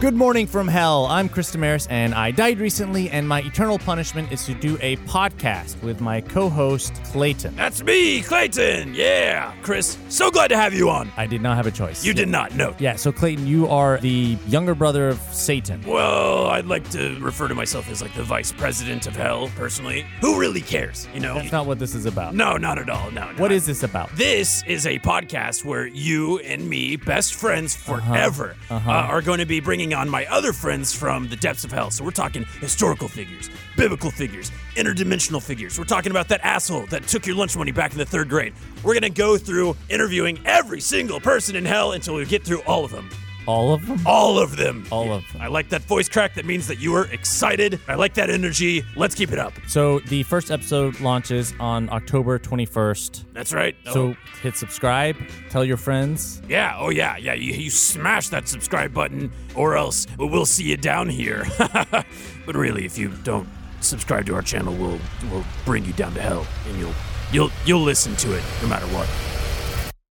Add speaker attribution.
Speaker 1: Good morning from hell. I'm Chris Damaris, and I died recently, and my eternal punishment is to do a podcast with my co-host Clayton.
Speaker 2: That's me, Clayton. Yeah, Chris. So glad to have you on.
Speaker 1: I did not have a choice.
Speaker 2: You did not know.
Speaker 1: Yeah, so Clayton, you are the younger brother of Satan.
Speaker 2: Well, I'd like to refer to myself as like the vice president of hell, personally. Who really cares? You know?
Speaker 1: That's not what this is about.
Speaker 2: No, not at all. No. no.
Speaker 1: What is this about?
Speaker 2: This is a podcast where you and me, best friends
Speaker 1: Uh-huh.
Speaker 2: forever, uh are going to be bringing on my other friends from the depths of hell. So we're talking historical figures, biblical figures, interdimensional figures. We're talking about that asshole that took your lunch money back in the third grade. We're going to go through interviewing every single person in hell until we get through all of them.
Speaker 1: All of them?
Speaker 2: All of them.
Speaker 1: All of them.
Speaker 2: I like that voice crack. That means that you are excited. I like that energy. Let's keep it up.
Speaker 1: So the first episode launches on October 21st.
Speaker 2: That's right.
Speaker 1: So hit subscribe, tell your friends.
Speaker 2: Yeah, oh yeah, yeah. You, you smash that subscribe button, or else we'll see you down here. but really, if you don't subscribe to our channel, we'll we'll bring you down to hell, and you'll you'll you'll listen to it no matter what.